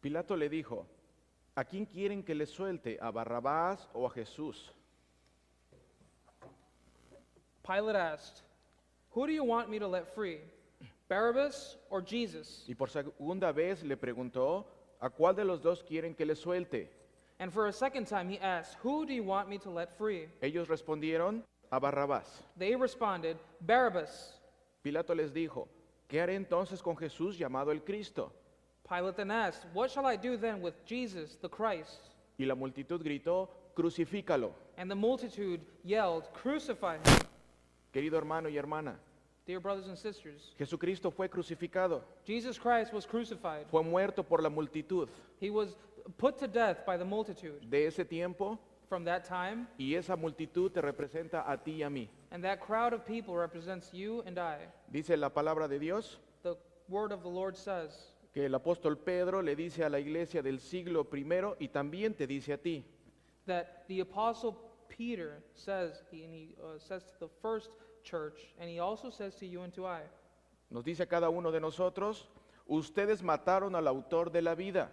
Pilato le dijo, ¿a quién quieren que le suelte? ¿A Barrabás o a Jesús? Pilate asked, Who do you want me to let free, Barabbas or Jesus? Y por segunda vez le preguntó, ¿a cuál de los dos quieren que le suelte? And for a second time he asked, Who do you want me to let free? Ellos respondieron, a Barrabás. They responded, Barabbas. Pilato les dijo, ¿qué haré entonces con Jesús llamado el Cristo? Pilate then asked, What shall I do then with Jesus, the Christ? Y la multitud gritó, crucifícalo. And the multitude yelled, Crucify him. Querido hermano y hermana, Dear brothers and sisters, Jesucristo fue crucificado, Jesus Christ was crucified. fue muerto por la multitud. He was put to death by the multitude. De ese tiempo, From that time, y esa multitud te representa a ti y a mí. and that crowd of people represents you and I. Dice la palabra de Dios The word of the Lord says, que el apóstol Pedro le dice a la iglesia del siglo primero y también te dice a ti, that the apostle Peter says, he, and he uh, says to the first church, and he also says to you and to I, nos dice a cada uno de nosotros, ustedes mataron al autor de la vida,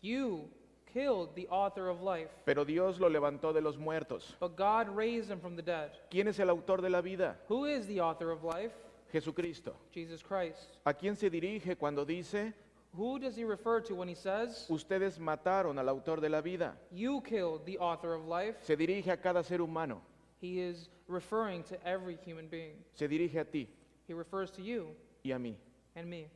You killed the author of life, pero Dios lo levantó de los muertos. but God raised him from the dead. ¿Quién es el autor de la vida? Who is the author of life? Jesucristo. Jesus Christ. ¿A quién se dirige cuando dice, Who does he refer to when he says, ustedes mataron al autor de la vida? You killed the author of life? Se dirige a cada ser humano, He is referring to every human being. se dirige a ti He refers to you y a mí. and me.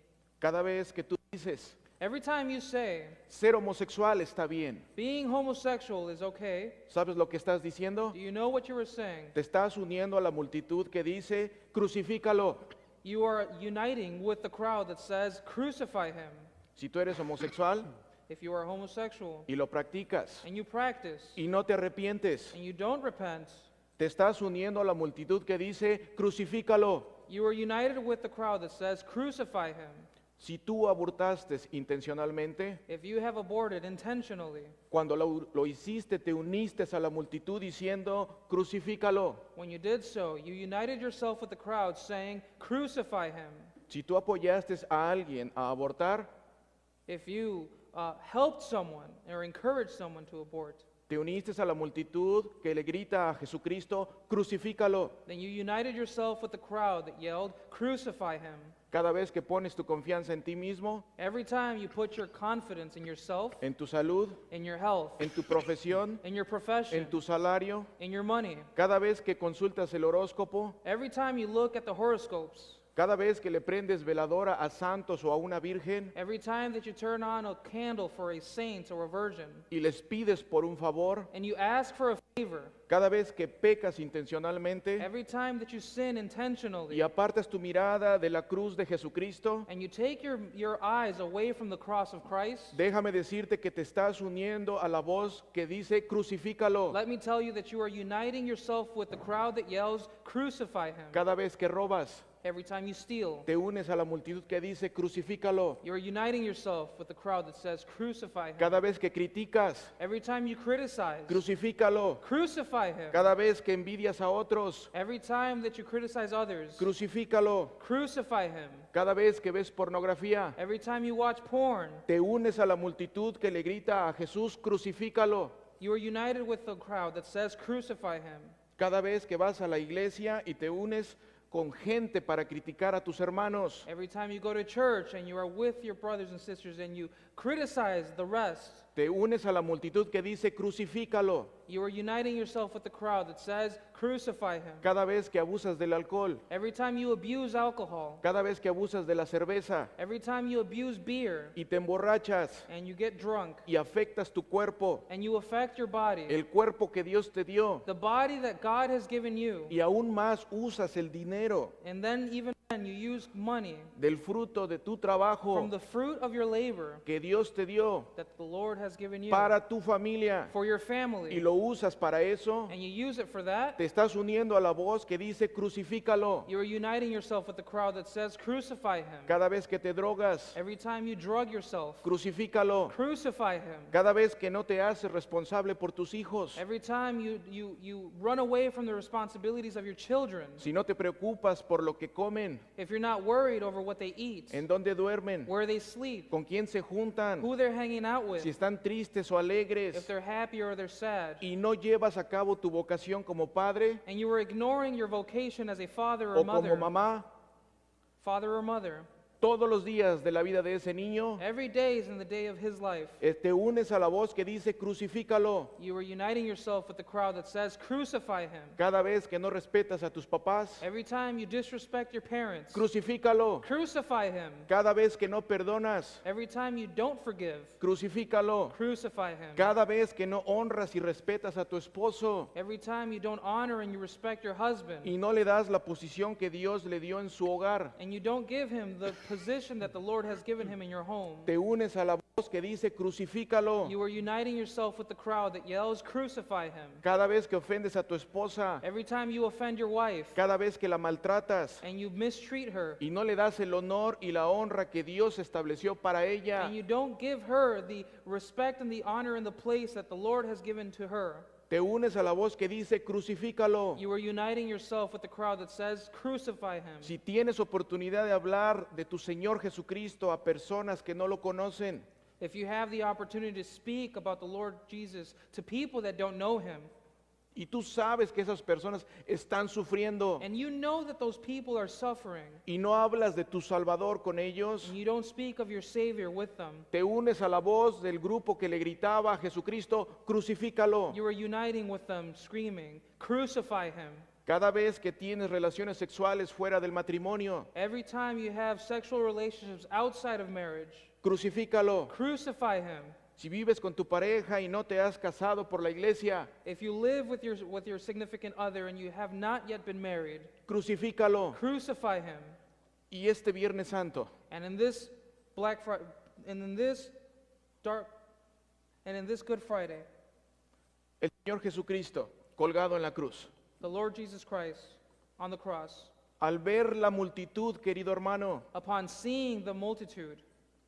Cada vez que tú dices, Every time you say, ser homosexual está bien, being homosexual is okay, ¿sabes lo que estás diciendo? do you know what you were saying? Te estás uniendo a la multitud que dice, crucifícalo. You are uniting with the crowd that says, crucify him. Si tú eres homosexual If you are homosexual y lo practicas and you practice y no te arrepientes, and you don't repent, te estás uniendo a la multitud que dice, crucifícalo. you are united with the crowd that says, crucify him. Si tú abortaste intencionalmente, If you have aborted intentionally, Cuando lo, lo hiciste, te uniste a la multitud diciendo, crucifícalo. when you did so, you united yourself with the crowd saying, crucify him. Si tú apoyaste a alguien a abortar, If you uh, helped someone or encouraged someone to abort, te uniste a la multitud que le grita a Jesucristo, crucifícalo. then you united yourself with the crowd that yelled, Crucify him. Cada vez que pones tu confianza en ti mismo, Every time you put your confidence in yourself, en tu salud, in your health, en tu profesión, in your profession, en tu salario, in your money, cada vez que consultas el horóscopo, every time you look at the horoscopes, cada vez que le prendes veladora a santos o a una virgen every time that you turn on a candle for a saint or a virgin, y les pides por un favor, and you ask for a favor, cada vez que pecas intencionalmente, every time that you sin y intentionally, apartas tu mirada de la cruz de Jesucristo, and you take your, your eyes away from the cross of Christ, déjame decirte que te estás uniendo a la voz que dice crucifícalo. Let me tell you that you are uniting yourself with the crowd that yells, Crucify him. Cada vez que robas, Every time you steal, te unes a la multitud que dice crucifícalo. you are uniting yourself with the crowd that says, Crucify him. Cada vez que criticas, Every time you criticize, crucifícalo. crucify him. Cada vez que envidias a otros, Every time that you criticize others, crucifícalo. crucify him. Cada vez que ves pornografía, Every time you watch porn, te unes a la multitud que le grita a Jesús crucifícalo. you are united with the crowd that says, Crucify him. Cada vez que vas a la iglesia y te unes con gente para criticar a tus hermanos, Every time you go to church and you are with your brothers and sisters and you criticize the rest, Te unes a la multitud que dice crucifícalo. you are uniting yourself with the crowd that says, Crucify him. Cada vez que abusas del alcohol, Every time you abuse alcohol, cada vez que abusas de la cerveza every time you abuse beer, y te emborrachas and you get drunk, y afectas tu cuerpo, and you affect your body, el cuerpo que Dios te dio, the body that God has given you, y aún más usas el dinero and then even then you use money del fruto de tu from trabajo the fruit of your labor que Dios te dio that the Lord has given you para tu familia for your y family, lo usas para eso, and you use it for that, te estás uniendo a la voz que dice crucifícalo. you are uniting yourself with the crowd that says, Crucify him. Cada vez que te drogas, Every time you drug yourself, crucifícalo. crucify him. Cada vez que no te haces responsable por tus hijos, Every time you, you, you run away from the responsibilities of your children, Si no te preocupas por lo que comen, comen, If you're not worried over what they eat, en dónde duermen, where they sleep, con quién se juntan, who they're hanging out with, si están tristes o if alegres, they're happy or they're sad, y no llevas a cabo tu vocación como padre and you were ignoring your vocation as a father or o como mother, mamá, father or mother, todos los días de la vida de ese niño, every day is in the day of his life. eh, te unes a la voz que dice, crucifícalo. You are uniting yourself with the crowd that says, crucify him. Cada vez que no respetas a tus papás, Every time you disrespect your parents, crucifícalo. crucify him. Cada vez que no perdonas, Every time you don't forgive, crucifícalo. crucify him. Cada vez que no honras y respetas a tu esposo Every time you don't honor and you respect your husband, y no le das la posición que Dios le dio en su hogar, and you don't give him the position that the Lord has given him in your home, te unes a la voz que dice crucifícalo. you are uniting yourself with the crowd that yells, crucify him. Cada vez que ofendes a tu esposa, Every time you offend your wife cada vez que la maltratas and you mistreat her, y no le das el honor y la honra que Dios estableció para ella, and you don't give her the respect and the honor and the place that the Lord has given to her, te unes a la voz que dice crucifícalo. you are uniting yourself with the crowd that says, crucify him. Si tienes oportunidad de hablar de tu Señor Jesucristo a personas que no lo conocen, If you have the opportunity to speak about the Lord Jesus to people that don't know him, y tú sabes que esas personas están sufriendo and you know that those people are suffering, y no hablas de tu Salvador con ellos, and you don't speak of your Savior with them, te unes a la voz del grupo que le gritaba a Jesucristo, crucifícalo. you are uniting with them, screaming, Crucify him. Cada vez que tienes relaciones sexuales fuera del matrimonio, Every time you have sexual relationships outside of marriage, crucifícalo. crucify him. Si vives con tu pareja y no te has casado por la iglesia, If you live with your, with your significant other and you have not yet been married, crucifícalo. crucify him. Y este Viernes Santo, And in this Black Friday, and in this dark, and in this Good Friday, el Señor Jesucristo colgado en la cruz. the Lord Jesus Christ on the cross, Al ver la multitud, querido hermano, upon seeing the multitude,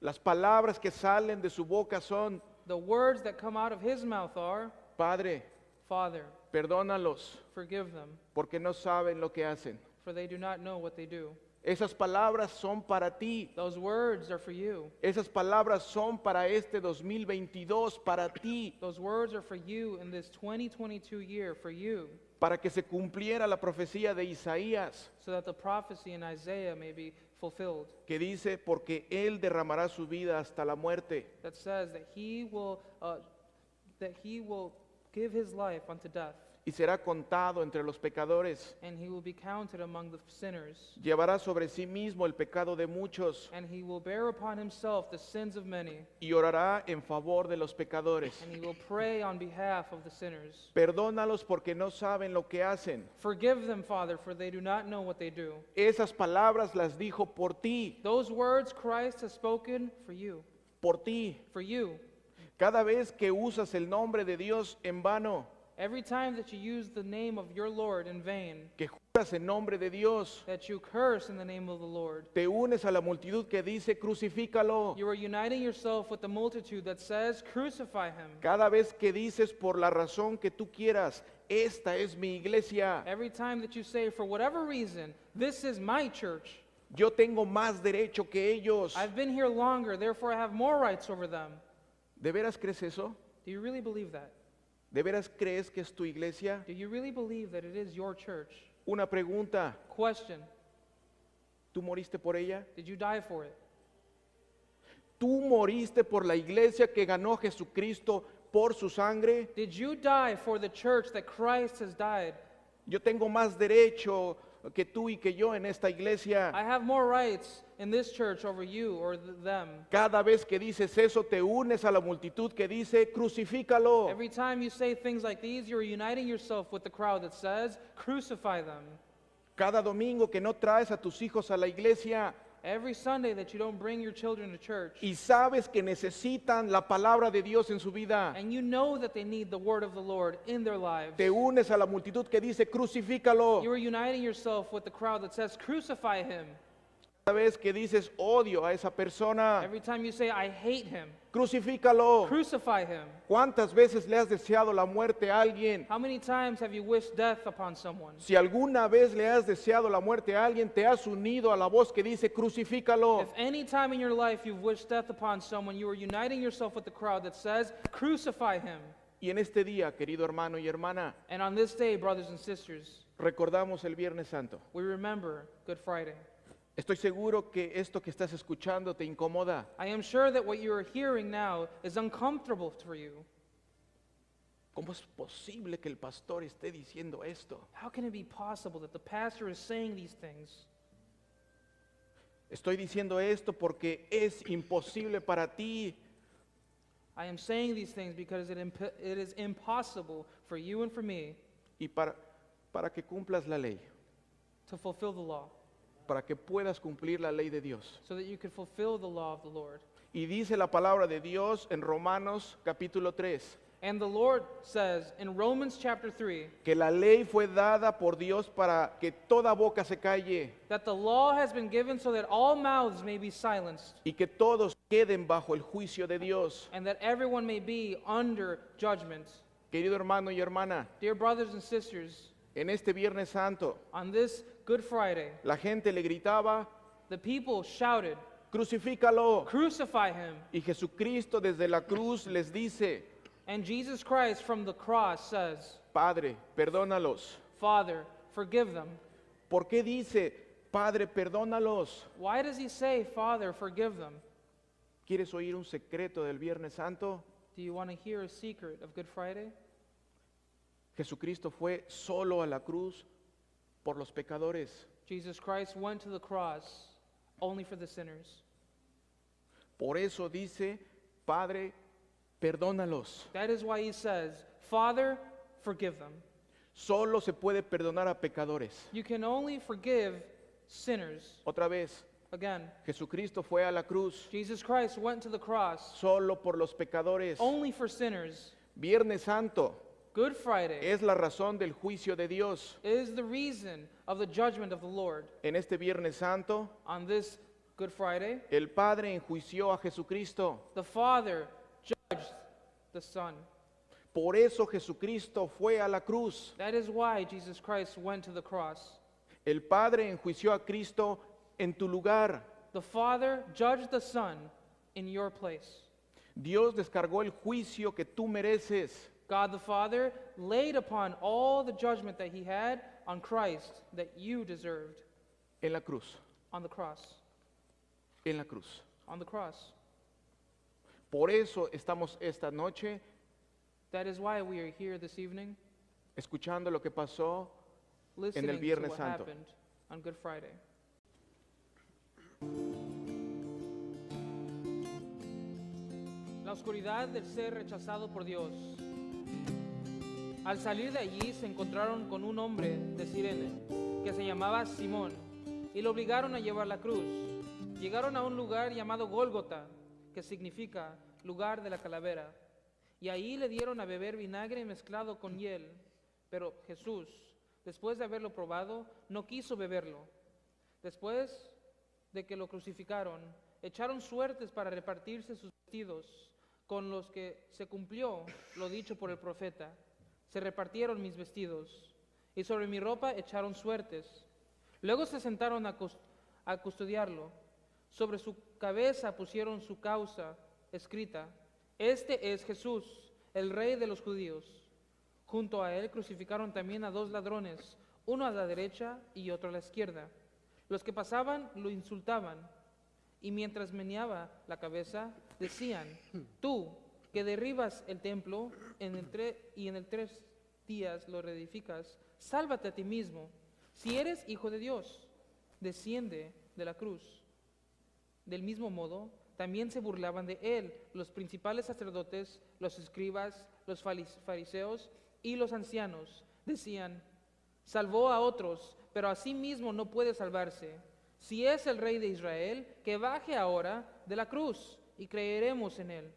las palabras que salen de su boca son, the words that come out of his mouth are, Padre, Father, perdónalos, forgive them, porque no saben lo que hacen. for they do not know what they do. Esas palabras son para ti. Those words are for you. Esas palabras son para este 2022, para ti, Those words are for you in this 2022 year, for you, para que se cumpliera la profecía de Isaías, so that the prophecy in Isaiah may be fulfilled que dice, porque Él derramará su vida hasta la muerte that says that he will, uh, that he will give his life unto death, y será contado entre los pecadores. and he will be counted among the sinners, Llevará sobre sí mismo el pecado de muchos and he will bear upon himself the sins of many. y orará en favor de los pecadores. and he will pray on behalf of the sinners. Perdónalos porque no saben lo que hacen. Forgive them, Father, for they do not know what they do. Esas palabras las dijo por ti, Those words Christ has spoken for you, por ti. for you. Cada vez que usas el nombre de Dios en vano, Every time that you use the name of your Lord in vain, que juras en nombre de Dios, that you curse in the name of the Lord, te unes a la multitud que dice crucifícalo. you are uniting yourself with the multitude that says, Crucify him. Cada vez que dices por la razón que tú quieras, esta es mi iglesia, Every time that you say, for whatever reason, this is my church, yo tengo más derecho que ellos. I've been here longer, therefore I have more rights over them. ¿De veras crees eso? Do you really believe that? ¿De veras crees que es tu iglesia? Do you really believe that it is your church? Una pregunta, Question ¿tú moriste por ella? Did you die for it? ¿Tú moriste por la iglesia que ganó Jesucristo por su sangre? Did you die for the church that Christ has died? Yo tengo más derecho que tú y que yo en esta iglesia. I have more rights in this church over you or th- them. Cada vez que dices eso, te unes a la multitud que dice, crucifícalo. Every time you say things like these, you're uniting yourself with the crowd that says, crucify them. Cada domingo que no traes a tus hijos a la iglesia Every Sunday that you don't bring your children to church y sabes que necesitan la palabra de Dios en su vida, and you know that they need the word of the Lord in their lives, te unes a la multitud que dice, crucifícalo. you are uniting yourself with the crowd that says, crucify him. Cada vez que dices odio a esa persona, Every time you say, I hate him, crucifícalo. crucify him. ¿Cuántas veces le has deseado la muerte a alguien? How many times have you wished death upon someone? Si alguna vez le has deseado la muerte a alguien, te has unido a la voz que dice crucifícalo. If any time in your life you've wished death upon someone, you are uniting yourself with the crowd that says, Crucify him. Y en este día, querido hermano y hermana, And on this day, brothers and sisters, recordamos el Viernes Santo. we remember Good Friday. Estoy seguro que esto que estás escuchando te incomoda. I am sure that what you are hearing now is uncomfortable for you. ¿Cómo es posible que el pastor esté diciendo esto? How can it be possible that the pastor is saying these things? Estoy diciendo esto porque es imposible para ti. I am saying these things because it, imp- it is impossible for you and for me y para, para que cumplas la ley, to fulfill the law, para que puedas cumplir la ley de Dios. so that you could fulfill the law of the Lord. Y dice la palabra de Dios en Romanos capítulo 3, And the Lord says in Romans chapter 3 que la ley fue dada por Dios para que toda boca se calle that the law has been given so that all mouths may be silenced y que todos queden bajo el juicio de Dios. and that everyone may be under judgment. Querido hermano y hermana, Dear brothers and sisters, en este Viernes Santo on this Good Friday, la gente le gritaba, the people shouted, crucifícalo. Crucify him! Y Jesucristo desde la cruz les dice, And Jesus Christ from the cross says, Padre, perdónalos. Father, forgive them. ¿Por qué dice, Padre, perdónalos? Why does he say, Father, forgive them? ¿Quieres oír un secreto del Viernes Santo? Do you want to hear a secret of Good Friday? Jesucristo fue solo a la cruz por los pecadores. Jesus Christ went to the cross only for the sinners. Por eso dice, Padre, perdónalos. That is why he says, Father, forgive them. Solo se puede perdonar a pecadores. You can only forgive sinners. Otra vez, Again, Jesucristo fue a la cruz Jesus Christ went to the cross solo por los pecadores. only for sinners. Viernes Santo Good Friday es la razón del juicio de Dios. is the reason of the judgment of the Lord. En este Viernes Santo, On this Good Friday, el Padre enjuició a Jesucristo. the Father judged the Son. Por eso Jesucristo fue a la cruz. That is why Jesus Christ went to the cross. El Padre enjuició a Cristo en tu lugar. The Father judged the Son in your place. Dios descargó el juicio que tú mereces. God the Father laid upon all the judgment that he had on Christ that you deserved En la cruz, on the cross. en la cruz. On the cross. Por eso estamos esta noche That is why we are here this evening, escuchando lo que pasó. listening to Viernes what Santo. happened on Good Friday. La oscuridad del ser rechazado por Dios. Al salir de allí se encontraron con un hombre de Sirene que se llamaba Simón y lo obligaron a llevar la cruz. Llegaron a un lugar llamado Gólgota, que significa lugar de la calavera, y ahí le dieron a beber vinagre mezclado con hiel. Pero Jesús, después de haberlo probado, no quiso beberlo. Después de que lo crucificaron, echaron suertes para repartirse sus vestidos, con los que se cumplió lo dicho por el profeta. Se repartieron mis vestidos y sobre mi ropa echaron suertes. Luego se sentaron a, cus- a custodiarlo. Sobre su cabeza pusieron su causa escrita. Este es Jesús, el rey de los judíos. Junto a él crucificaron también a dos ladrones, uno a la derecha y otro a la izquierda. Los que pasaban lo insultaban y mientras meneaba la cabeza decían, tú que derribas el templo en el tre- y en el tres días lo reedificas, sálvate a ti mismo. Si eres hijo de Dios, desciende de la cruz. Del mismo modo, también se burlaban de él los principales sacerdotes, los escribas, los falis- fariseos y los ancianos. Decían, salvó a otros, pero a sí mismo no puede salvarse. Si es el rey de Israel, que baje ahora de la cruz y creeremos en él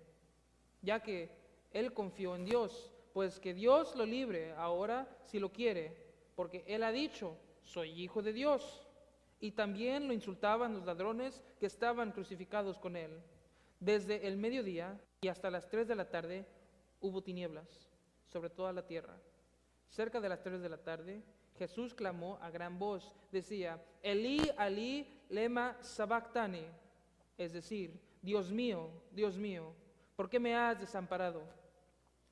ya que él confió en Dios, pues que Dios lo libre ahora si lo quiere, porque él ha dicho, soy hijo de Dios. y también lo insultaban los ladrones que estaban crucificados con él. Desde el mediodía y hasta las tres de la tarde hubo tinieblas sobre toda la tierra. Cerca de las tres de la tarde, Jesús clamó a gran voz, decía, Elí, Alí, lema sabactani, es decir, Dios mío, Dios mío, ¿por qué me has desamparado?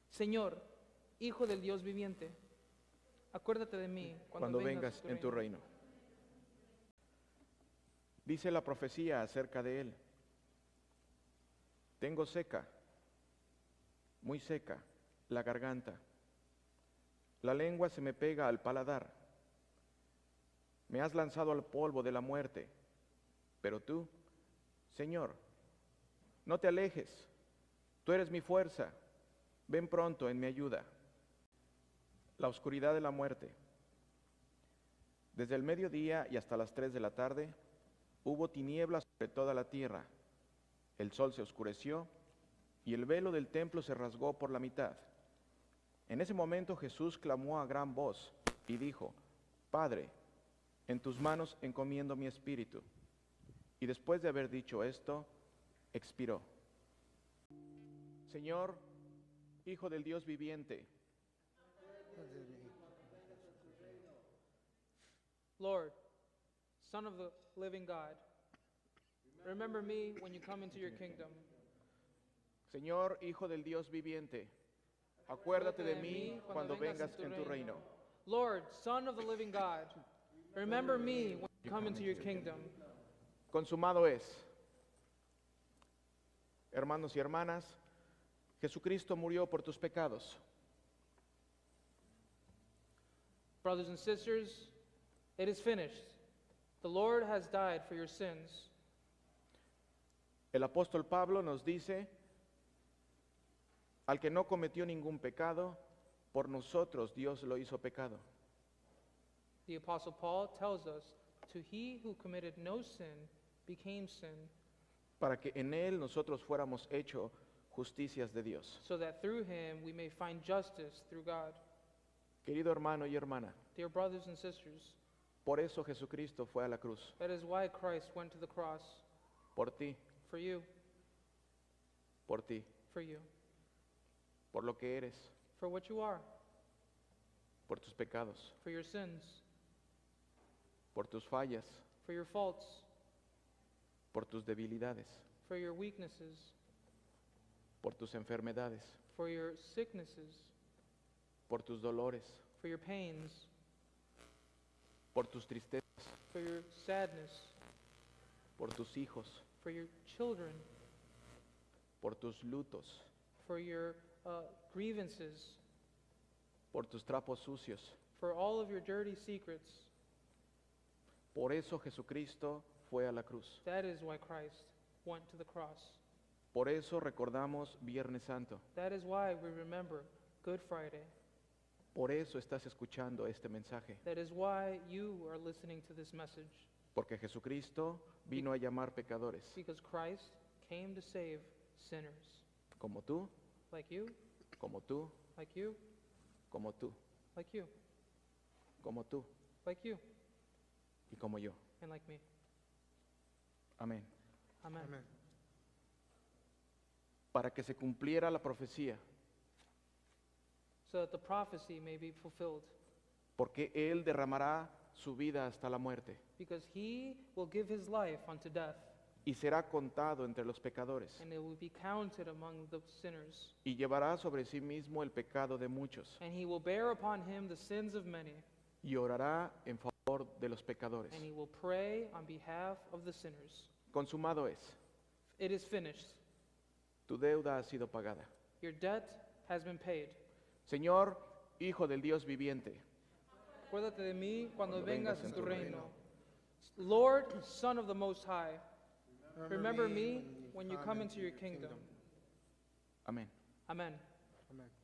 Señor, Hijo del Dios viviente, acuérdate de mí cuando, vengas, en tu reino. Dice la profecía acerca de él. Tengo seca, muy seca, la garganta. La lengua se me pega al paladar. Me has lanzado al polvo de la muerte. Pero tú, Señor, no te alejes. Tú eres mi fuerza. Ven pronto en mi ayuda. La oscuridad de la muerte. Desde el mediodía y hasta las tres de la tarde hubo tinieblas sobre toda la tierra. El sol se oscureció y el velo del templo se rasgó por la mitad. En ese momento Jesús clamó a gran voz y dijo, Padre, en tus manos encomiendo mi espíritu. Y después de haber dicho esto, expiró. Señor, Hijo del Dios viviente, Lord, Son of the living God, remember me when you come into your kingdom. Señor, Hijo del Dios viviente, acuérdate de mí cuando vengas en tu reino. Lord, Son of the living God, remember me when you come into your kingdom. Consumado es. Hermanos y hermanas, Jesucristo murió por tus pecados. Brothers and sisters, it is finished. The Lord has died for your sins. El apóstol Pablo nos dice, al que no cometió ningún pecado, por nosotros Dios lo hizo pecado. The Apostle Paul tells us, To he who committed no sin became sin, para que en él nosotros fuéramos hecho justicias de Dios. so that through him we may find justice through God. Querido hermano y hermana, Dear brothers and sisters, por eso Jesucristo fue a la cruz, that is why Christ went to the cross por ti, for you, por ti, for you, por lo que eres, for what you are, por tus pecados, for your sins, por tus fallas, for your faults, por tus debilidades, for your weaknesses, por tus enfermedades, for your sicknesses, por tus dolores, for your pains, por tus tristezas, for your sadness, por tus hijos, for your children, por tus lutos, for your uh, grievances, por tus trapos sucios. for all of your dirty secrets. Por eso Jesucristo fue a la cruz. That is why Christ went to the cross. Por eso recordamos Viernes Santo. That is why we remember Good Friday. Por eso estás escuchando este mensaje. That is why you are listening to this message, Porque Jesucristo vino a llamar pecadores, because Christ came to save sinners como tú, like you, como tú, like you, como tú, like you, como tú like you, y como yo. and like me. Amén. Amen. Para que se cumpliera la profecía, So that the prophecy may be fulfilled, porque Él derramará su vida hasta la muerte because he will give his life unto death, y será contado entre los pecadores and it will be counted among the sinners, y llevará sobre sí mismo el pecado de muchos and he will bear upon him the sins of many, y orará en favor de los pecadores. and he will pray on behalf of the sinners. Consumado es, It is finished. tu deuda ha sido pagada. Your debt has been paid. Señor, Hijo del Dios viviente, Acuérdate de mí cuando vengas en tu reino. Lord, Son of the Most High, remember me when you come into your kingdom. amén. Amen. Amen.